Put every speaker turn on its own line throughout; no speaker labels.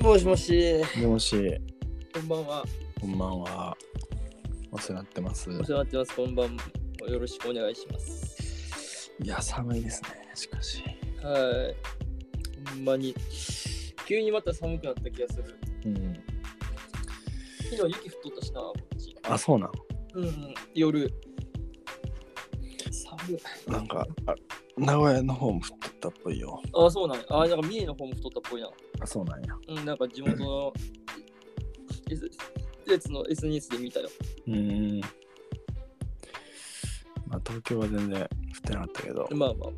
もしもし、
もし、
こんばんは。
こんばんは。お世話になってます。
お世話になってます。こんばんは。よろしくお願いします。
いや、寒いですね、しかし。
はい。ほんまに、急にまた寒くなった気がする。
うん。
昨日雪降っとったしな、こっち。
あ、そうな
うんうん、夜。寒い。
のなんか、あ名古屋の方も降ってったっぽいよ。
あ、そうなんや。あ、なんか三重の方も太ったっぽいな。
あ、そうなんや。
うん、なんか地元 の S 施設の SNS で見たよ。
うん。まあ、東京は全然降ってなかったけど、
まあまあ。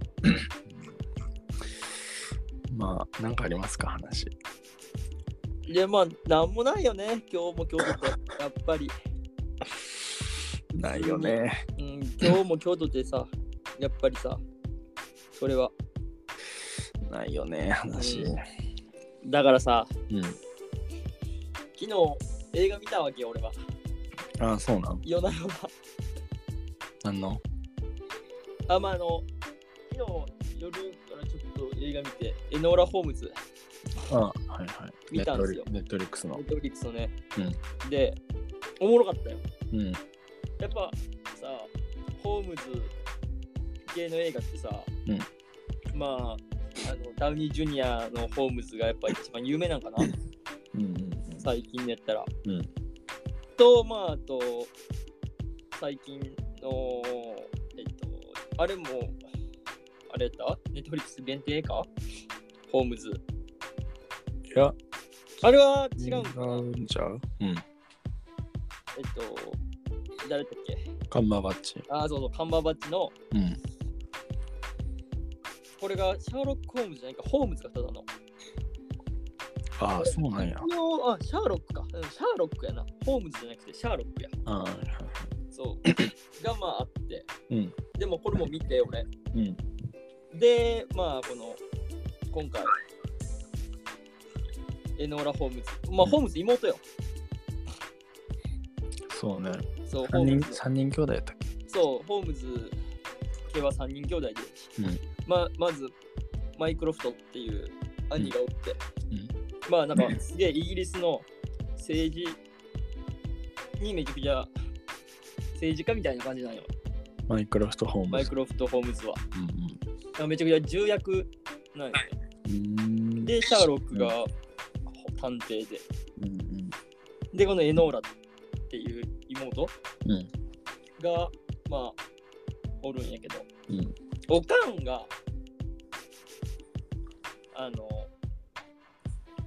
まあ、なんかありますか、話。
で、まあ、なんもないよね。今日も今日とって、やっぱり。
ないよね。
うん、今日も今日とってさ、やっぱりさ、それは。
ないよね、話。
うんだからさ、
うん。
昨日映画見たわけよ、俺は。
あ、そうなん。
夜な夜
なんの
な。あ、まあ、あの、昨日夜からちょっと映画見て、エノーラ・ホームズ、
あ、はいはい。
見たんですよ
ネットリネットリックス
ネ
の
ッ。トフリックスのね。で、おもろかったよ。
うん。
やっぱさホームズ系の映画ってさ、
うん
まああのダウニー・ジュニアのホームズがやっぱ一番有名なんかな
うんうん
最近やったら、
うん
とまああと最近のえっとあれもあれやったネットフリックス限定かホームズ
うん。いや、
あれは違うんかな、
んちゃううん。
えっと誰だっけ
カンバーバッチ。
あそうそうカンバーバッチの
うん。
これがシャーロック・ホームズじゃないかホームズがただの
ああ、そうなんや。
一応あ、シャーロックか。うんシャーロックやな。ホームズじゃなくてシャーロックや。
ああ、
そう。がまああって。
うん
でもこれも見て、俺。
うん。
で、まあこの、今回、エノーラ・ホームズ。まあ、
うん
ホームズ妹よ。
そうね。
そう、ホー
三
ム
人、
ズ。
三人兄弟やったっけ
そう、ホームズ系は3人兄弟で。
うん
まあ、まず、マイクロフトっていう兄がおって。
うんうん
まあ、なんか、すげえイギリスの政治にめちゃくちゃ政治家みたいな感じなんよ。
マイクロフトホーム
マイ
ズ
クロフト・ホームズは。
う
だからめちゃくちゃ重役なんよね。
んうん。うーん
で、シャーロックが探偵で。
うんうん
で、このエノーラっていう妹
うん
が、まあ、おるんやけど、
うん
おかんが、あの、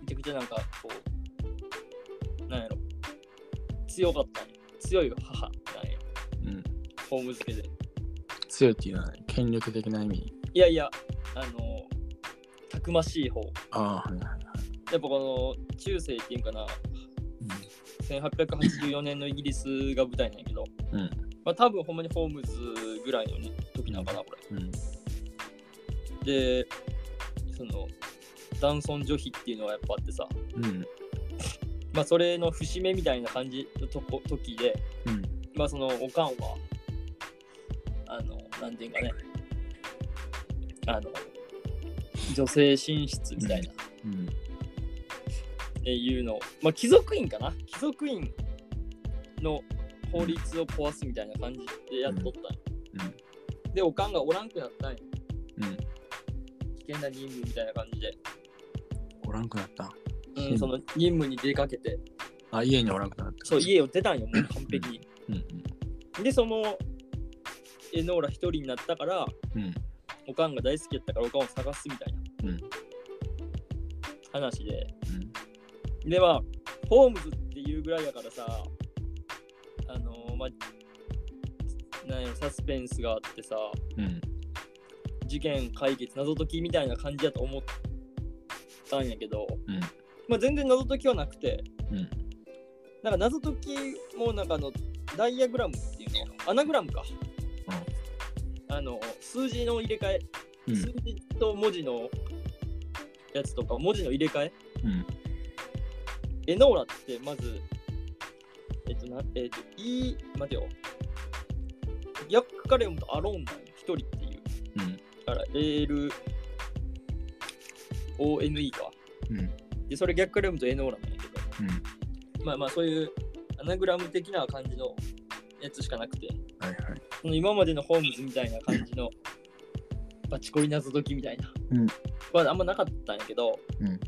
めちゃくちゃなんか、こう、なんやろ、強かったんよ強い母なんよ、
うん。
ホームズ家で。
強いっていうのは権力的な意味。
いやいや、あの、たくましい方。
ああ、はいはい。
やっぱこの中世っていうんかな1884年のイギリスが舞台なんやけど、
うん
まあ、多分ほんまにホームズぐらいの時なのかなこ
うん。うん
れでその男尊女卑っていうのはやっぱあってさ、
うん。
まあ、それの節目みたいな感じのとこ時で、
うん
まあそのおかんはあのなんていうんかねあの女性進出みたいな、
うん。
っていうのを、まあ、貴族院かな貴族院の法律を壊すみたいな感じでやっとったんよで、おかんがおらんくなったんよ
うん。
危険な任務みたいな感じで、
おらんくなった。
うん
う、ん
その任務に出かけて、
あ、家におらんくなった。
そう、。家を出たんよ、もう完璧に。
うん
で、その、エノーラ一人になったから、
うん。うん。
おかんが大好きやったから、おかんを探すみたいな
うん。
話で。
うん。
で、まあ、ホームズっていうぐらいやからさ、あのーまあ、なんやろサスペンスがあってさ、
うん。
事件解決謎解きみたいな感じだと思ったんやけど、
うん
まあ、全然謎解きはなくて、
うん
なんか謎解きもなんかあのダイヤグラムっていうのアナグラムか、あの数字の入れ替え、
うん
数字と文字のやつとか文字の入れ替え
うん。
エノーラってまずえっとなえっと E 待てよ逆から読むとアローンなんよ一人っていう
うん。
だから ALONE か。
うん
で、それ逆から読むとエノーラなんやけ
うん。
ど、まあまあそういうアナグラム的な感じのやつしかなくて、
はいはい。
その今までのホームズみたいな感じのバチコリ謎解きみたいな、
うん
はあんまなかったんやけど、
うん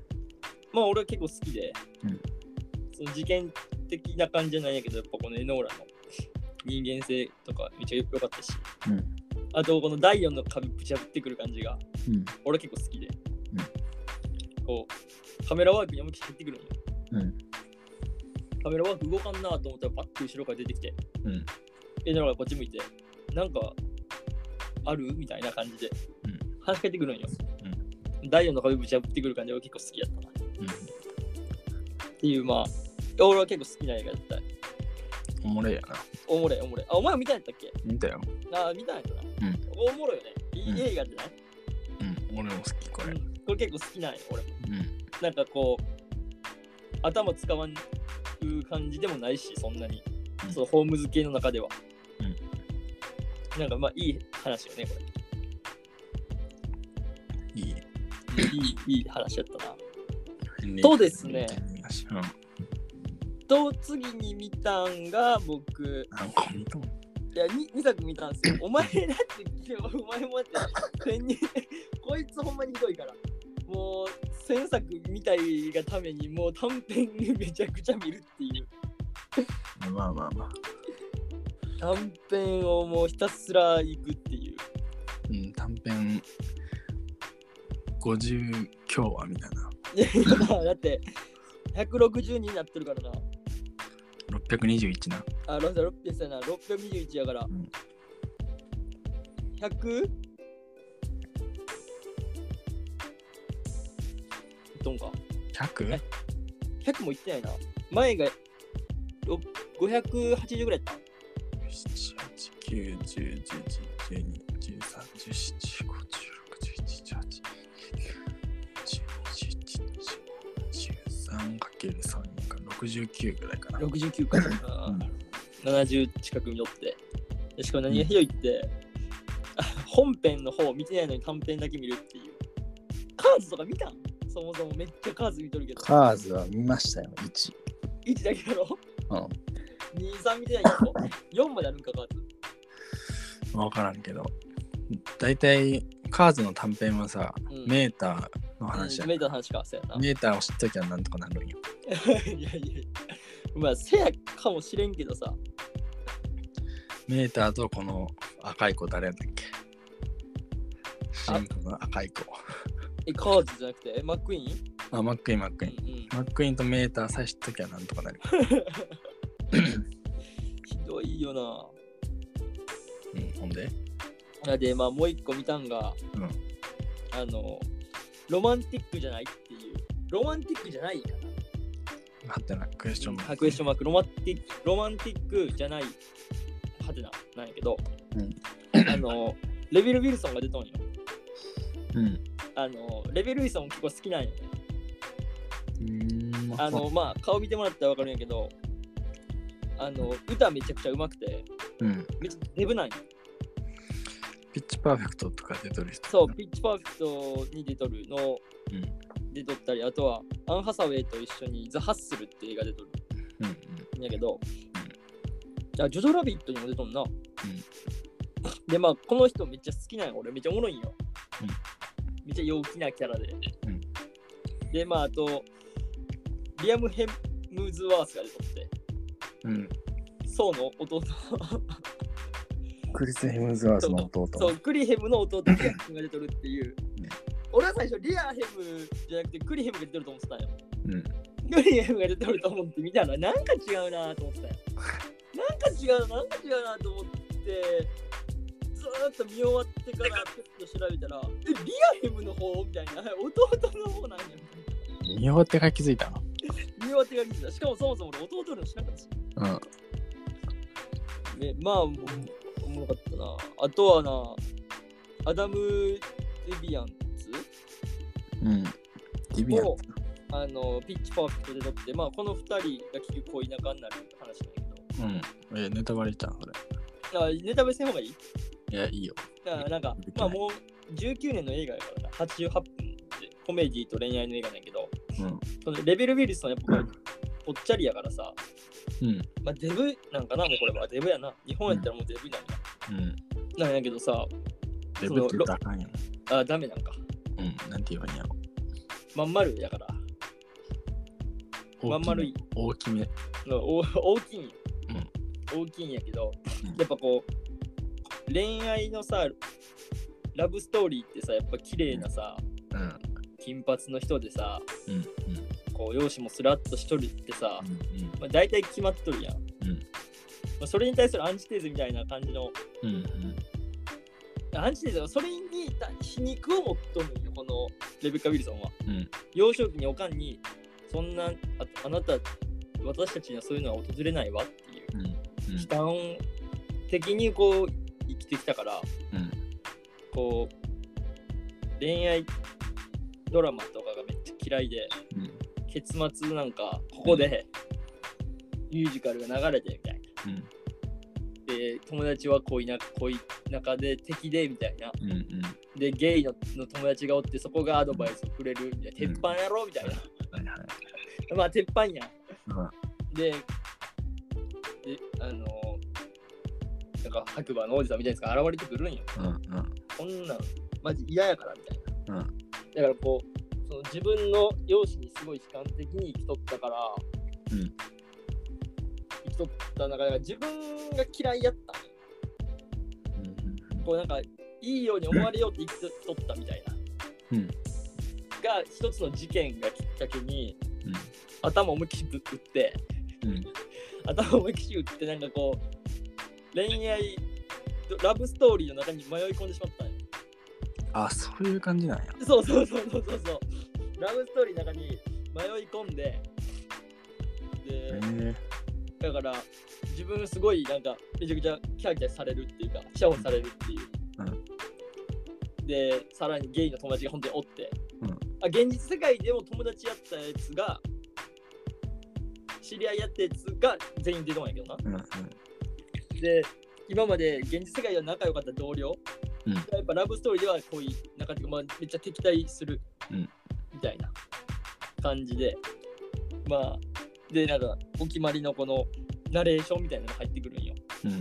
まあ俺は結構好きで、
うん
その事件的な感じじゃないんやけど、やっぱこのエノーラの人間性とかめっちゃ良かったし、
うん。
あとこの第4の壁ぶち破ってくる感じが
うん。
俺結構好きで、こうカメラワークに思いっきり入ってくるんよ
うん。
カメラワーク動かんなと思ったらパッと後ろから出てきて
うん。
エノーラがこっち向いてなんかあるみたいな感じで、
うん
話しかけてくるんよ、第4の壁ぶち破ってくる感じが結構好きやったなっていうまあ俺は結構好きな映画だった
おもれやな。
おもれおもれあお前も見たんやったっけ
見たよ。
あ見たんやったな、
ん
おもろいよねいい映画じゃない、
うん。俺も好き、これ。
うんこれ結構好きなんよ俺も
うん。
なんかこう頭使わん感じでもないしそんなに、
うん
そのホームズ系の中では、
うん
なんかまあいい話よねこ
いい。
れいいいい話やったなそうですね
うん。あ、
と次に見たんが僕
これ見とん。
いや 2, 二作見たんで すよお前だってお前もだって潜入こいつほんまにひどいからもう1000作見たいがためにもう短編めちゃくちゃ見るっていう
まあまあまあ。
短編をもうひたすら行くっていう
うん、短編50今日はみたいない
やいや だって162になってるからな。
621な
あ、ロザ600やな。621やから。
ん
100? どんか。
100?
100もいってないな。前がろ580ぐらいやっ
7 8 9 1 0 1 1 1 2 1 3 1 4 1 5 1 6 1 7 1 8 1 2 1 3 1 3 ×3 か69ぐらいか
た。
な
69か。あー70近くに寄って。でしかも何がひどいって、あ本編の方見てないのに短編だけ見るっていう。カーズとか見たんそもそもめっちゃカーズ見とるけど。
カーズは見ましたよ、1。
1だけだろ
うん。
2、3みたいな4まであるんかかず。
分からんけど大体カーズの短編はさ、
うん
メーターの話
う
や
ん、メイドの話か、せやな。
メーターを知っときゃなんとかなるんよ
いやいや。まあ、せやかもしれんけどさ。
メーターとこの赤い子誰やったっけ主人公の赤い子。
え、カーズじゃなくて、えマックイーン
あ、マックイーン、マック
う
イ
ん
ーン。
うん。
マックイーンとメーターさえ知っときゃなんとかなる。
ひどいよな
うん、ほんで。。
いやで、まあ、もう一個見たんが、
うん
あの、ロマンティックじゃないっていう。ロマンティックじゃないかな。
はてな、クエスチョンマーク
あクエスチョンマーク、ロマンティック、ロマンティックじゃない、はてな、なんやけど、あの、レビル・ウィルソンが出とんよ。
うん。
あの、レビル・ウィルソン結構好きなんよね。
うーん、
あの、まあ、顔見てもらったらわかるんやけど、あの、歌めちゃくちゃうまくて、
うん。
めっちゃデブなんよ。
ピッチパーフェクトとか出とる人。
そう、ピッチパーフェクトに出とるの、
うん。
出とったり、あとは、アン・ハサウェイと一緒にザ・ハッスルって映画出とる
うん。うん。
んやけど、あジョジョ・ラビットにも出とんな。で、まあ、この人めっちゃ好きなんよ。俺めっちゃおもろいんよ。
うん
めっちゃ陽気なキャラで。
うん
で、まあ、あと、リアム・ヘムズワースが出とって、
うん。
ソウの弟
クリス・ヘムズワーズの
そ
弟。
う、クリヘムの弟、リア君が出とるっていう
ね。
俺は最初、リアヘムじゃなくて、クリヘムが出とると思ってたんよ。
うん。
クリヘムが出とると思って見たら、なんか違うなと思ってたよ。なんか違う、なんか違うなと思って、ずーっと見終わってから、ちょっと調べたら、え、リアヘムの方みたいな、 弟の方なんや。
見終ってから気づいたの
見終わってから見てた。しかもそもそも俺、弟の知らなかったし。
うん。
ね、まあ、おもおもろかったな。あとはな、アダム・デビアンツ
うん。デビアン。
をあのピッチパーフェクトで撮って、まあ、この2人が結局恋仲になるって話なんだ
うん。え、ネタバレじゃん、それ。
けど、だからネタバレせん方がいい
いや、いいよ。
だからなんか、まあ、もう19年の映画やからな、88分でコメディと恋愛の映画なんやけど、
うん。うん。
そのレベル・ウィルソンやっぱこうぽっちゃりやからさ、
うん。
まあ、デブなんかなもうこれはデブやな日本やったらもうデブなんや、
うん。
なんやけどさ
デブって言ったらあかんやん。
あダメなんか
うん。なんて言わんやろ。
まん丸やからまん丸い
大きめ。
のお 大きいんよ、大きいんやけど
うん
やっぱこう恋愛のさラブストーリーってさやっぱ綺麗なさ
うん。うん。
金髪の人でさ
うん。
こう容姿もスラッとしとるってさ、
うん。
まあ、大体決まっとるやん、
うん
まあ、それに対するアンチテーゼみたいな感じの
うん。
アンチテーゼはそれに皮肉を持っとるんよこのレベッカ・ウィルソンは
うん。うん。
幼少期におかんにそんなああなた私たちにはそういうのは訪れないわっていう
うん。
悲観的にこう生きてきたから
うん。
こう恋愛ドラマとかがめっちゃ嫌いで
うん。
結末なんかここでミュージカルが流れてみたいな
うん。
で友達は恋な恋仲で敵でみたいな
うん。うん。
でゲイのの友達がおってそこがアドバイスをくれるみたいな、
うん
鉄板やろみたいな、
はいはい。
まあ鉄板やん
うん。
で、で、あのーなんか白馬の王子さんみたいなやつが現れてくるんよ。
うん。うん。
こんなん、マジ嫌やからみたいな。
うん
だからこう、その自分の容姿にすごい悲観的に生きとったから、
うん
生きとった中で、自分が嫌いやった。こうなんか、いいように思われようって生きとったみたいな。
うん
が、一つの事件がきっかけに、頭を思いっきりぶ打って、
うん。うん。
頭を思いっきり打ってなんかこう恋愛ラブストーリーの中に迷い込んでしまったんよ
あ、そういう感じなんや。
そうそうそうそうそうそうラブストーリーの中に迷い込んで
え
で
え。
だから自分すごいなんかめちゃくちゃキャーキャーされるっていうかシャオされるっていう、でさらにゲイの友達が本当におって、
うん
あ現実世界でも友達やったやつが知り合いやったやつが全員出とんやけどな
うん。うん。
で今まで現実世界では仲良かった同僚、
うん
やっぱラブストーリーでは恋仲っていうか、まあ、めっちゃ敵対する、
うん
みたいな感じでまあでなんかお決まりのこのナレーションみたいなのが入ってくるんよ
うん。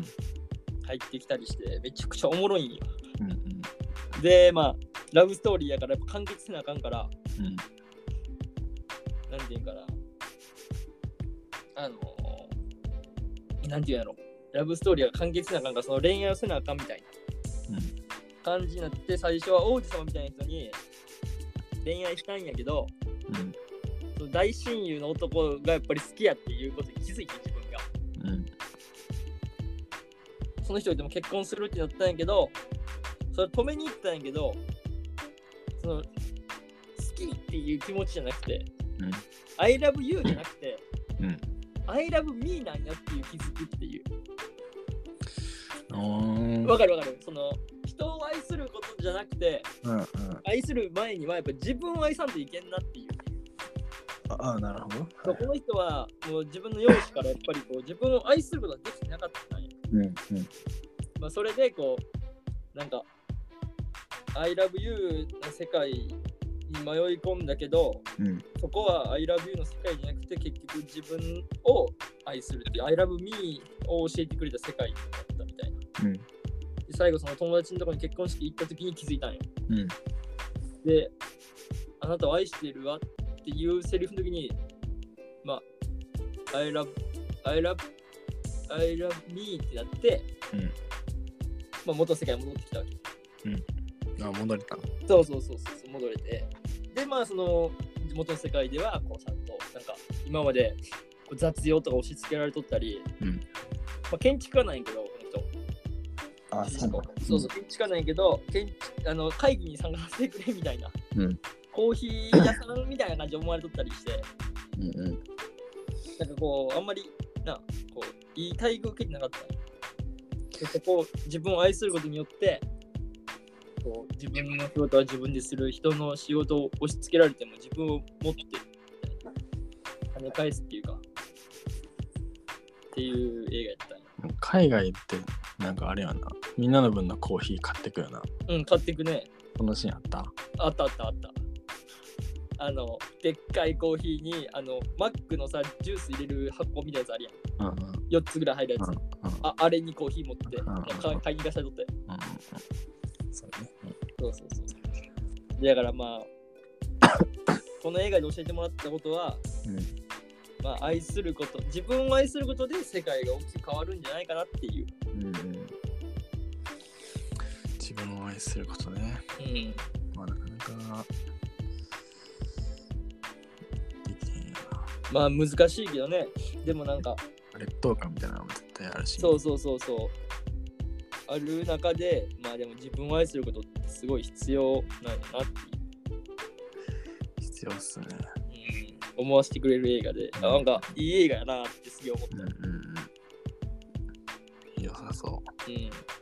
入ってきたりしてめちゃくちゃおもろいんよ
うん。
でまあラブストーリーやからやっぱ完結せなあかんから
うん。
なんていうんかなあのなんていうんやろラブストーリーが完結せなあかんからその恋愛をせなあかんみたいな
うん。
感じになって最初は王子様みたいな人に恋愛したいんやけど
うん。
その大親友の男がやっぱり好きやっていうことに気づいて自分が
うん。
その人でも結婚するってなったんやけどそれ止めに行ったんやけどその好きっていう気持ちじゃなくて
うん。
「I love you」じゃなくて
う
「
ん
I love me」なんやっていう気づきっていう
うん。
わかるわかるその人を愛することじゃなくて
うん。
愛する前にはやっぱ自分を愛さんといけんなっていう
ああ、なるほど。
そうこの人はもう自分の容姿からやっぱりこう自分を愛することができてなかったんや。
うん。うん。
まあ、それでこう、なんか、I love you の世界に迷い込んだけど、
うん
そこは I love you の世界じゃなくて結局自分を愛するっていう I love me を教えてくれた世界だったみたいな。
うん
で最後その友達のところに結婚式行った時に気づいたんよ。
うん
で、あなたを愛してるわっていうセリフの時に、まあ、I love, I love, I love me ってなって、
うん
まあ、元の世界に戻ってきたわけ。
あ、戻れた。
そうそうそうそう、戻れて。で、まあ、その、元の世界では、こう、ちゃんと、なんか、今までこう雑用とか押し付けられとったり、
うん
まあ、建築家なんやけど、この人。
あ
そうそう、建築家なんやけど、建築あの会議に参加させてくれみたいな。
うん
コーヒー屋さんみたいな感じで思われとったりして、
うんうん。
なんかこう、あんまり、な、こう、いい待遇受けてなかった。でそこを自分を愛することによって、こう自分の仕事は自分でする、人の仕事を押し付けられても自分を持って、跳ね返すっていうか、っていう映画やったんや
海外って、なんかあれやな。みんなの分のコーヒー買ってくよな。
うん、買ってくね。
このシーンあった
あったあったあった。あのでっかいコーヒーにあのマックのさジュース入れる箱みたいなやつあるやん
うんうん
4つぐらい入るやつ、
うん
ああれにコーヒー持って
うん
か買いに行かせたとって
うんそうね
そうそうそうだからまあ この映画で教えてもらったことは、
うん
まあ、愛すること自分を愛することで世界が大きく変わるんじゃないかなっていう、
うんうん自分を愛することね、
うん、
まあ、なかなかできへんよな
まあ難しいけどねでもなんか
劣等感みたいなのも絶対あるし
そうそうそうそう。ある中で、まあでも自分を愛することってすごい必要なんやなって
必要っすね
いう、うん思わせてくれる映画で、あなんかいい映画やなってすげえ思っ
うんうんうん良さそ
た。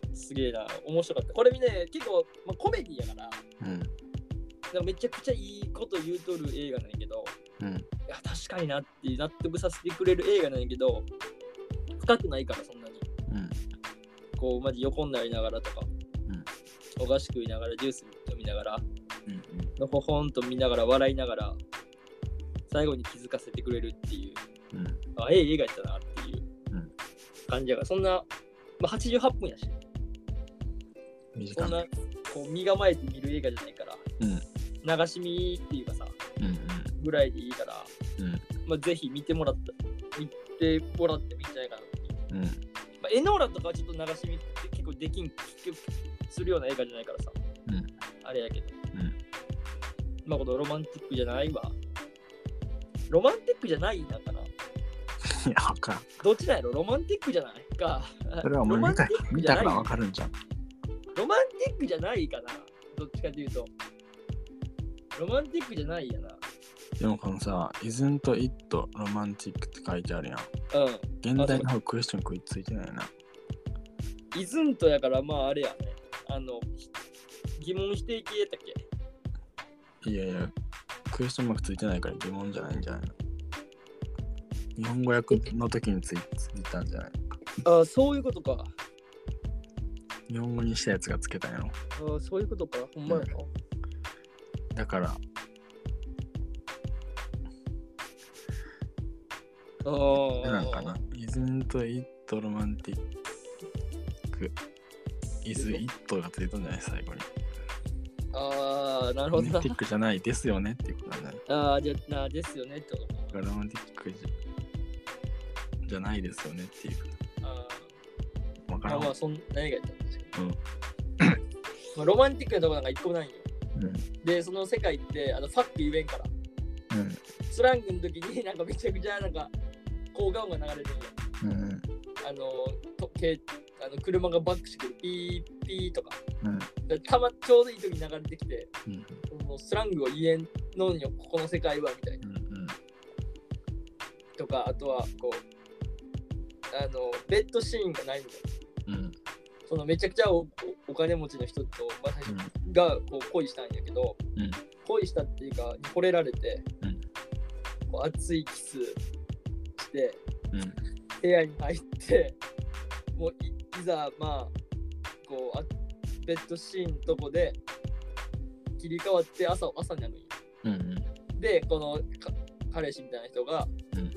うん、すげえな、面白かった。これね、結構、まあ、コメディやから、
ううん
なんかめちゃくちゃいいこと言うとる映画なんやけど、
うん
いや、確かになって納得させてくれる映画なんやけど、深くないからそんなに。
うん
こう、マジ横になりながらとか、
うん
お菓子食いながら、ジュース飲みながら、
うん
のほほんと見ながら笑いながら最後に気づかせてくれるっていう
うんうん
あええ映画やったなっていう
うん
感じやからそんな、まあ、88分やしそ
短
ん
め
なこう身構えて見る映画じゃないから、流し見っていうかさ
うん
ぐらいでいいから、
うん
まあ、ぜひ見てもらった見てもらってもいいんじゃないかなっていう、
うんうん
まあ、エノーラとかはちょっと流し見って結構できん結局するような映画じゃないからさ、
うん
あれやけど、
うん
まあこのロマンティックじゃないわロマンティックじゃないなんかない
やわからん
どっちなんやろロマンティックじゃないか。
それはお前
ロマンテ
見た
ィック
見
じゃ
た
な
か
い
らわかるんじゃん
ロマンティックじゃないかな。どっちかというと。ロマンティックじゃないやな。
でもこのさ「isn't it romantic」って書いてあるやん
うん。
現代の方クエスチョン食いついてないな
イズントやから、まああれやね。あの、ひ疑問否定系やったっけ
いやいや、クエスチョンマークついてないから疑問じゃないんじゃないの日本語訳の時についついたんじゃない
ああ、そういうことか。
日本語にしたやつがつけたんやろ
ああ、そういうことか。ほんまやな。
だから、
ああ。
なんかな。isn't it romantic? is it がついたんじゃない最後に。
ああ、なる
ロ
ほ
マン
ど
ティックじゃないですよねっていうことなんだね。
な。ああ、じゃなですよねってことか。
だからロマンティックじゃじゃないですよねっていうこ
あ
と。わ
あ、ま
から
あ
ん
ま
わ
あ、。そんな映画やったんですよ。
うん
まあ、ロマンティックなとこなんか一個もないよ。
うん。
で、その世界って、あの、ファック言えんから。
うん
スラングの時になんかめちゃくちゃなんか効果音が流れてるよ。
うん。
あの、とけあの車がバックしてくるピーピーとか。
うん。
でたまちょうどいい時に流れてきて、
うん。
もうスラングを言えんのんよ、ここの世界はみたいな。
うん。
とか、あとはこう、あの、ベッドシーンがないのよ。
うん。
そのめちゃくちゃおおお金持ちの人と、まあ、最初
うん。
がこう恋したんやけど、
うん
恋したっていうか惚れられて、
うん
こう熱いキスして
うん。
部屋に入ってもういいざまあこうあベッドシーンのとこで切り替わって朝朝になるんよ
うん。
でこのか彼氏みたいな人が、
うん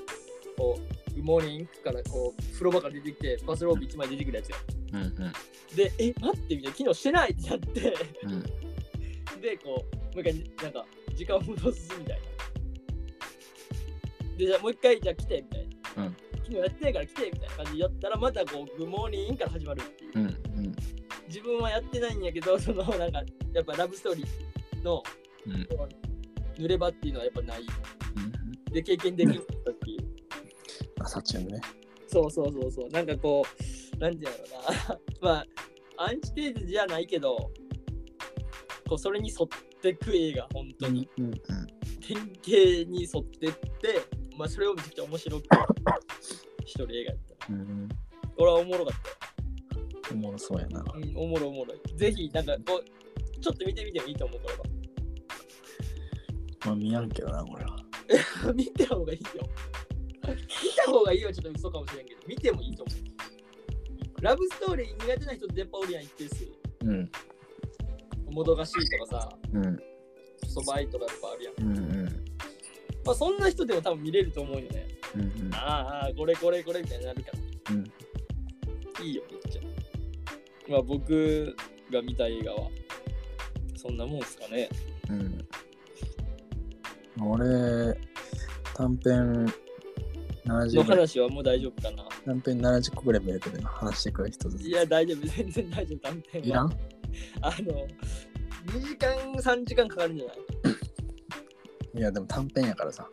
こうグモーニングからこう風呂場から出てきてバスローブ1枚出てくるやつよ
うん。うん。
でえ待ってみたいな機能してないってなって
うん。
でこうもう一回なんか時間を戻すみたいなでじゃあもう一回じゃあ来てみたいな、
うん
昨日やってないから来てみたいな感じでやったらまたこう「グモーニング」から始まるっていう、
うんうん
自分はやってないんやけどそのなんかやっぱラブストーリーの
うん
濡れ場っていうのはやっぱないで経験できなかったっていう、
朝中ね。
そうそうそうそうなんかこうなんていうんだろうな まあアンチテーゼじゃないけどこうそれに沿ってく映画本当に、
うんうん
典型に沿ってって、まあ、それをめちゃくちゃ面白くしとる映画やった。
うん。
これはおもろかった
おもろそうやな。
よ。うん、おもろおもろい。ぜひ、なんかこう、ちょっと見てみてもいいと思う、これ
まあ見やんけどな、これは。
は。 見た方がいいよ。見た方がいいよ、ちょっと嘘かもしれんけど、見てもいいと思う。ラブストーリー苦手な人ってやっぱおるやん、一定数。
うん
もどかしいとかさ、
うん
そばいとかやっぱあるやん。
うんうん
まあ、そんな人でも多分見れると思うよね。
うんうん
あーあー、これこれこれみたいになるから。
うん
いいよ、めっちゃ。まあ、僕が見た映画は、そんなもんっすかね。
うん、俺短編70
の
ぐらい
話はもう大丈夫かな。
短編70個ぐらい見れてるの話してくる人ずつ
いや、大丈夫、全然大丈夫、短編
いら
は。
ん
あの、2時間、3時間かかるんじゃない
いやでも短編やからさ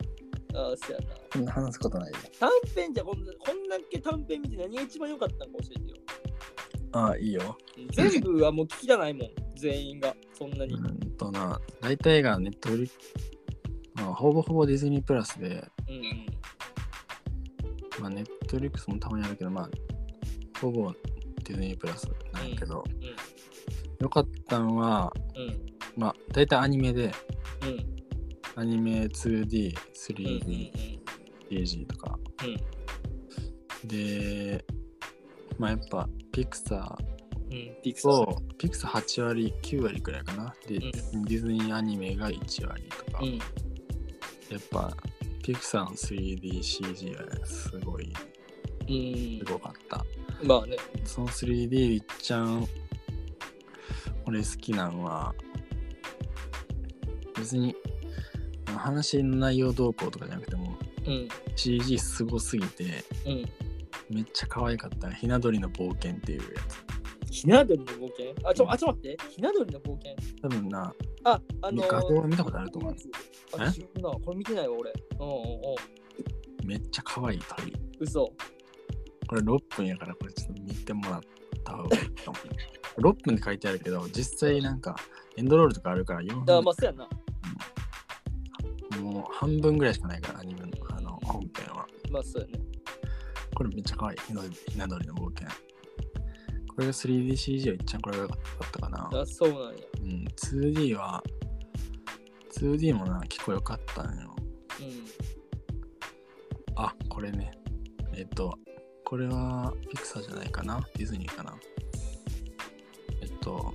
ああ、そうやな。
そんな話すことないで
短編じゃこんな、こんだけ短編見て何が一番良かったのか教えてよ。
ああいいよ
全部はもう聞きじゃないもん、全員が、そんな
う
に。
んとな大体がネットフリまあ、ほぼほぼディズニープラスで、
うんうん。
まあ、ネットフリックスもたまにあるけど、まあ、ほぼディズニープラスなんやけど、よかったのは、
うん。うん。
まあ、大体アニメで、
うん。
アニメ
う
2D、
んうん
3D、AG とか。
うん
で、まあやっぱピクサ
うんうんピク
ー
サー
と、ピクサー8割、9割くらいかな。で、
うん
ディズニーアニメが1割とか。
う
や
ん
っぱピクサーの 3DCG はすごい、
うん
すごかった。
まあね
その 3D いっちゃん、俺好きなのは、別に話の内容動向とかじゃなくても、
うん
CG すごすぎて、
うん
めっちゃ可愛かった。ひな鳥の冒険っていうや
ひな鳥の冒険あちょあちょ待ってひな鳥の冒険
つ。多分な、
ああのー
画像は見たことあると思う
あ違うなこれ見てないわ俺うんうんうん
めっちゃ可愛い鳥。
嘘
これ6分やから、これちょっと見てもらった方がいいかも。6分って書いてあるけど、実際なんかエンドロールとかあるから4
だ
分、
まあそうやんな
もう半分ぐらいしかないから、アニメのあの本編は。
まあそうやね
これめっちゃ可愛い。ひなひな鳥の冒険。これが 3DCG は一番これが良かったかな。
あそうなんや
うん、2D は、2D もな、結構良かったんよ。
うん
あ、これね。えっと、これはピクサーじゃないかなディズニーかなえっと、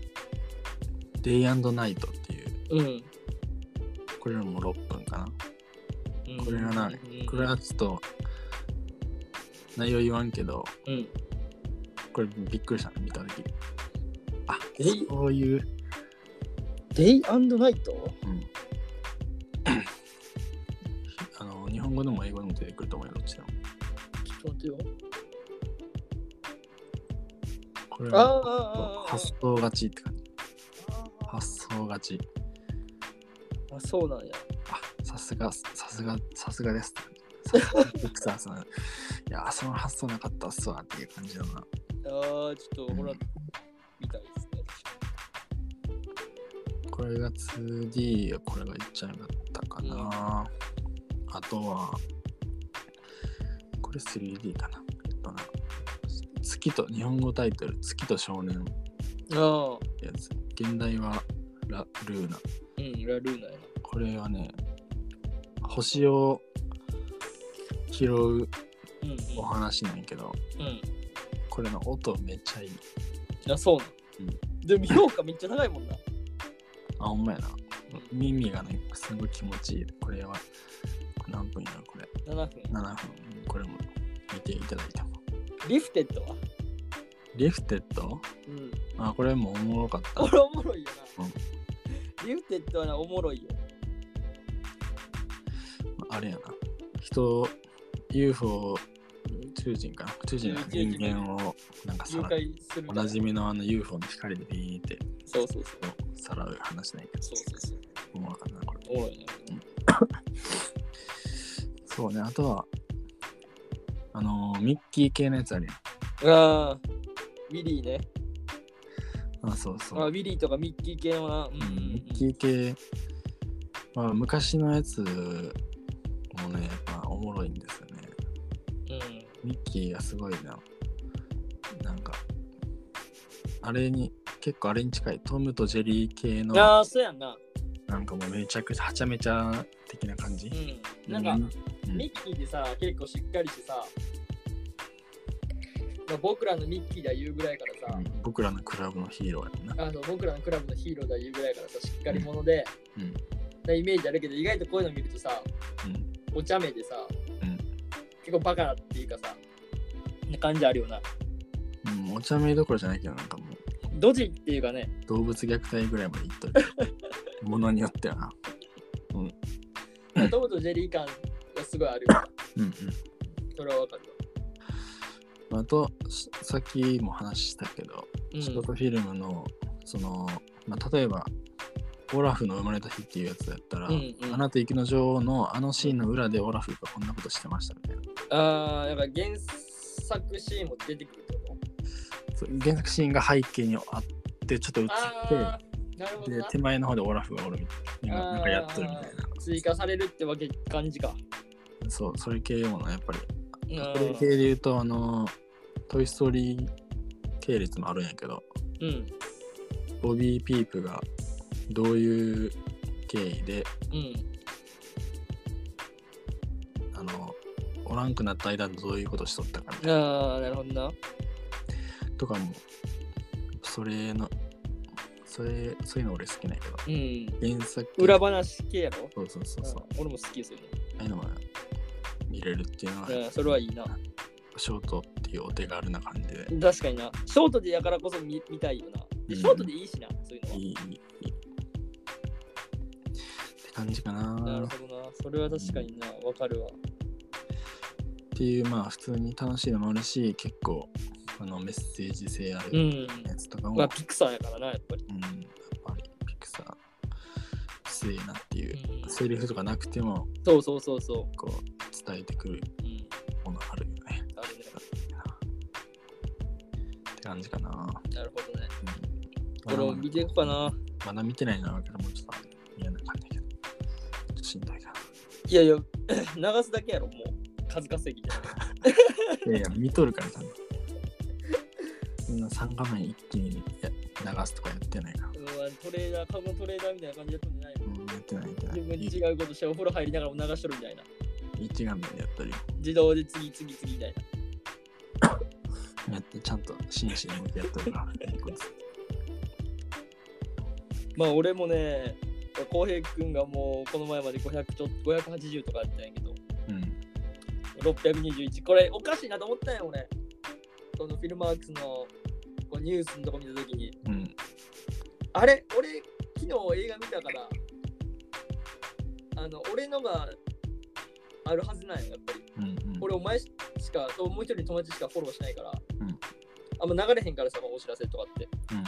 デイナイトっていう、
うん
これも6分かな
うん
これはな
うん
これはちょっと、内容言わんけど、
うん
これびっくりしたの、見たとき。あ
えい、
そういう、
デイナイト
うん。 あの、日本語でも英語でも出てくると思うよ、どっちでも。
ちょっと待ってよ
これ
あー
は
あーあー
発想勝ちって感じ。
あ
発想勝ち。
ーあそうなんや
あさすが、さすが、さすがです。さすがピクサーさん。いや、その発想なかったっすわっていう感じだな。
あーちょっとほらみたいですね
これが 2D、これがいっちゃなかったかな。あとは、これ 3D かな。えっとな月と、日本語タイトル、月と少年って
ああ
やつ。現代はラルーナ。
うんラルーナやな
これはね、星を拾う
うんうん
お話なんやけど、
うん
これの音めっちゃいい。
いや、そうな。
うん
でも評価めっちゃ高いもんな。
あ、ほんまやな。
うん
耳がね、すごい気持ちいい。これは、何分やろこれ。
7分。
7分。これも見ていただいても。
リフテッドは。
リフテッド
うん。
あ、これもおもろかった
こ。れおもろいよな
う。
リフテッドはな、おもろいよ。
あれやな。人、UFO、宇宙人かな。宇宙人が人間を、なんかさ
了
ら
解するみ
お
たい
なじみのあの UFO の光でビーって
そうそうそう。
さらう話ないけど、
そうそうそう。
おもろかったな、これ。
おもろいね。
そうね、あとは、あのーミッキー系のやつあるやん。
ああ、ウィリーね。
あ、そうそう。
あウィリーとかミッキー系のな。うんうん
ミッキー系、まあ、昔のやつもね、やっぱおもろいんですよね。
うん。
ミッキーがすごいな。なんか、あれに、結構あれに近い、トムとジェリー系
う
の、
ん。ああ、そうやんな。
なんかもうめちゃくちゃはちゃめちゃ的な感じ
う。ん。なんか、
うん
ミッキーってさ、結構しっかりしてさ、まあ僕らのミッキーだ言うぐらいからさ、
うん僕らのクラブのヒーローやもんな。
あの僕らのクラブのヒーローだ言うぐらいからさしっかり者で、
うん
なイメージあるけど意外とこういうの見るとさ、
うん
お茶目でさ、
うん
結構バカなっていうかさ、な感じあるよな。
うん、お茶目どころじゃないけど、なんかもう、
ドジっていうかね、
動物虐待ぐらいまでいっ とる。ものによってはな。うん
トムとジェリー感がすごいあるよ。
うんうん。
それはわかる
あとしさっきも話したけど、ショー
わ。
トフィルムのその、まあ、例えば「オラフの生まれた日」っていうやつだったら「
うんうん
アナと雪の女王」のあのシーンの裏でオラフがこんなことしてましたみたいな
ああ、だから原作シーンも出てくるってこと
そう原作シーンが背景にあってちょっと映
ああ、なる
っ
ほ
て
ど
で
な。
手前の方でオラフがおるみたい
あ
な
ー
なんかやってるみたい
追加されるってわけ感じか。
なそうそれ系ものやっぱり
うん
それ系で言うとあの「トイ・ストーリー」系列もあるんやけど
うん。
ボビー・ピープがどういう経緯で
うん。
あのおらんくなった間どういうことしとったかみたい
ああ、なるほどな。
なとかもそれのそれそういうの俺好きなんやけ
うん。
ど原作
裏話系やろ
そうそうそうそう
うん俺も好きですよね。
ああいうのが見れるっていうのは、
うん、それはいいな。
ショートっていうお手軽な感じで
確かにな。ショートでやからこそ見見たいよな。でショートでいいしな、そういうの
い
は。
いいいいいって感じかな
なるほどな。それは確かにな、わかるわ。
っていうまあ普通に楽しいのもあるし結構あのメッセージ性あ
う
る
ん。
やつとかも、
まあ、ピクサーやからな、やっぱり。
うん、やっぱりピクサー強いなっていう
うん
セリフとかなくても
そうそうそうそ
こう伝えてくる
う。うん。
ものあるよね
あるね。
って感じかな、
なるほどね。
うん、
これを見ていくかな。
まだ見てないなだけどもうちょっと嫌な感じだけどちょっとしんどいか
いやいや、 流すだけやろ、もう。数稼ぎで。
ないやいや見とるからさ そんな3画面一気にいや流すとかやってないから
うわトレーダー、株のトレーダーみたいな感じやったんじゃないの
うんやってないやってない
自分に違うことしてお風呂入りながらも流しとるみたいな。
1画面でやったり
自動で次次次みたいな。
やってちゃんと真摯に向き合っと るからいいことです
まあ俺もね、浩平君がもうこの前まで500ちょっと580とかあったんやけど、
うん
621。これおかしいなと思ったんや俺。そのフィルマークスのこうニュースのとこ見たときに、
うん
あれ俺、昨日映画見たから、あの、俺のがあるはずなんや、やっぱり。
うんうん
俺お前しかともう一人友達しかフォローしないから、
うん
あんま流れへんからさお知らせとかって、
うん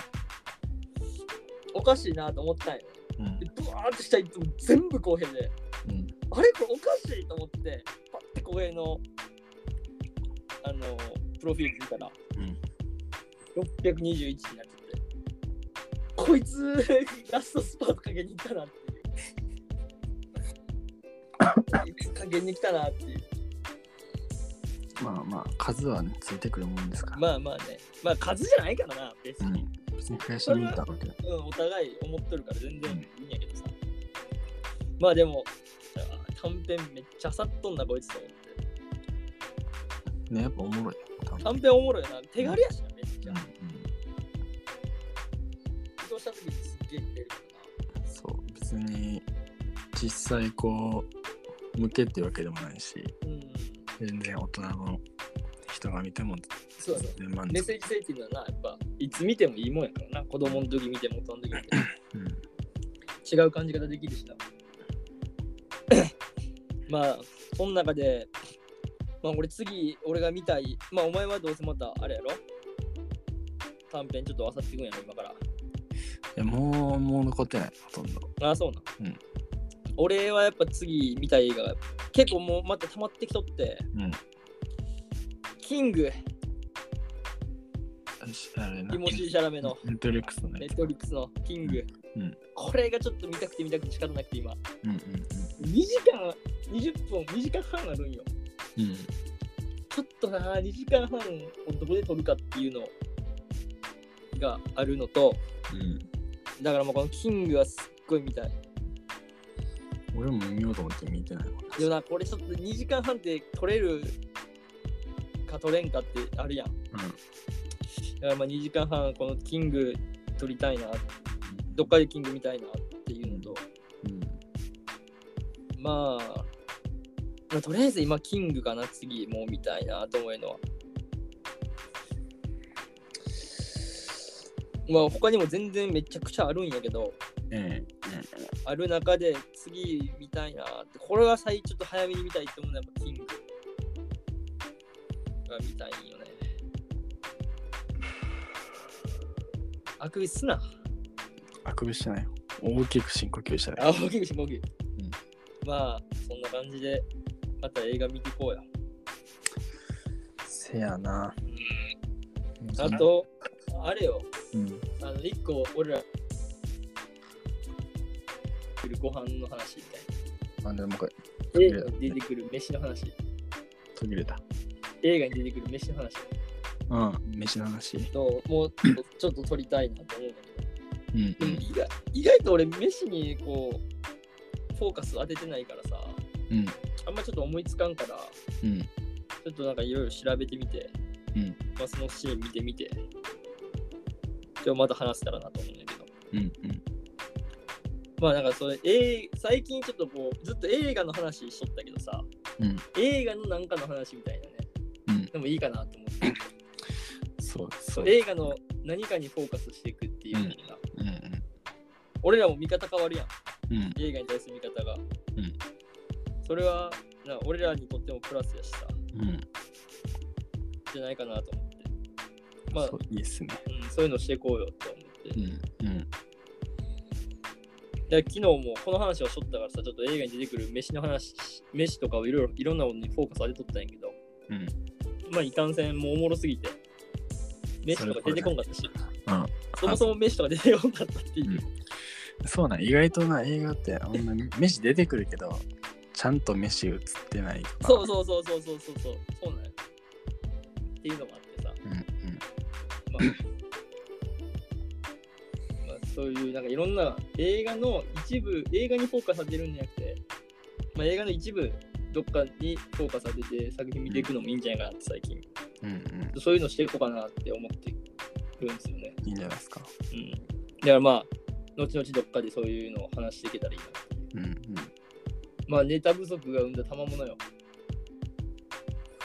おかしいなと思ったんよね
うん
でブワーってしたいつも全部公平で
うん
あれこれおかしいと思ってパッて公平のあのプロフィール見たら、
うん
621になっててこいつラストスパートかけに行ったなっていうこいつかけに来たなっていう
まあまあ数はねついてくるもんですから、
まあまあね。まあ数じゃないからな、別
う
に。
ん、別に増やしてみたわけだ
うん、お互い思っとるから全然いいんやけどさ。まあでも、あー短編めっちゃさっとんな、こいつと思って。
ねやっぱおもろい多分
短編おもろいな。手軽やしな、めっちゃ。
う
移動した時にすっげえ見れるか
んうん、そう別に実際こう向けっていうわけでもないし
らな。うん。
全然大人の人が見ても
そうだね
全。然満
メッ
足
セージ性っていうのはな、やっぱ、いつ見てもいいもんやからな。子供の時見ても大人の時見ても。
うん
違う感じ方できるしな。 まあ、その中で、まあ俺次、俺が見たい、まあお前はどうせまたあれやろ短編ちょっとあさっていくんやろ、今から。
いやもうもう残ってないほとんど
ああ、そうな。
うん
俺はやっぱ次見たい映画が、結構もうまた溜まってきとって、
うん
キング、
あれな
イモシー・シャラメの、
ネットリックスの
ネ
ね
ットフリックスのキング、
うん
これがちょっと見たくて見たくて仕方なくて今、
うんうん
2時間、20分、2時間半あるんよ。
うんうん
ちょっとな、2時間半をどこで撮るかっていうのがあるのと、だからもうこのキングはすっごい見たい。
うん俺も見ようと思って見てないもんな
でもな、これちょっと2時間半で撮れるか撮れんかってあるやん。だからまあ2時間半、このキング撮りたいな、
うん
どっかでキング見たいなっていうのと、
うん
まあ、まあ、とりあえず今キングかな次もうみたいなと思うのはまあ他にも全然めちゃくちゃあるんやけど
え
ある中で次見たいなってこれは最ちょっと早めに見たいと思うのはやっぱキングが見たいよねあくびすな
あくびしてないよ。大きく深呼吸してない。
あ大きい深呼吸、
ん
まあそんな感じでまた映画見ていこうよ
せやな。
あ、とあれよ
うん、
あの、一個、俺ら、来るご飯の話みたい
あでもう一回
な。映
いや
画に出てくる飯の話。
途切れた。
映画に出てくる飯の話
うん、飯の話。
と、もうちょっとちょっと撮りたいなと思うんだけ
うん
ど。でも意外、意外と俺、飯にこう、フォーカス当ててないからさ、
うん、
あんまちょっと思いつかんから、
うん、
ちょっとなんかいろいろ調べてみて、
うん
まあ、そのシーン見てみて、今日また話せたらなと思うんだけど。
うん、うん。
まあなんかそれ、えー最近ちょっとこうずっと映画の話しとったけどさ、
うん
映画のなんかの話みたいなね、
うん
でもいいかなと思って
そう、そう。
映画の何かにフォーカスしていくっていうのが、
うん、
俺らも見方変わるやん
うん、うん、
映画に対する見方が、
うん
それはな俺らにとってもプラスやしさ
うん。
じゃないかなと思って、まあ
そういいっすね。
うん、そういうのしていこうよって思って、
う
で
ん、うん。
昨日もこの話はしょったからさちょっと映画に出てくる飯の話飯とかをいろいろいろんなものにフォーカス当てとったんやけど
うん、
まあ、いかんせん、もうおもろすぎて。飯とか出てこんかったし、
うん。
そもそも飯とか出てこんかったっていう。
そうなん、意外とな、映画って、あんま飯出てくるけど、ちゃんと飯映ってないよな。
そうそうそうそうそうそうそう、そうなんや。っていうのもあってさ、
うん。うん、
まあ、まあ、そういう、なんかいろんな映画の一部、映画にフォーカスされるんじゃなくて、まあ、映画の一部、どっかにフォーカスされて作品見ていくのもいいんじゃないかなって最近、
うん、うん。
そういうのしていこうかなって思ってるんですよね。
いいんじゃないですか。
うん。だからまあ、後々どっかでそういうのを話していけたらいいなっていう。
うん、うん。
まあ、ネタ不足が生んだ賜物よ。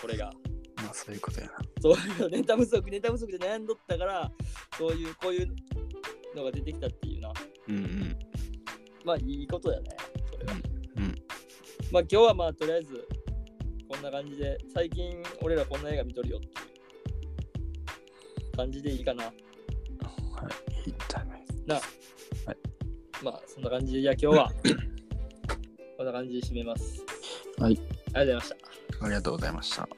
これが。
まあ、そういうことやな。
そういうネタ不足、ネタ不足で悩んどったから、そういう、こういうのが出てきたっていうな。
うん、うん。
まあ、いいことやね。それは。
うんうん
まあ、今日はまあ、とりあえず、こんな感じで、最近俺らこんな映画見とるよっていう感じでいいかな。
はい、いいんじゃないですか。
まあ、そんな感じで、じゃあ今日は、こんな感じで締めます。
は
あり
い。
がとうございました。
ありがとうございました。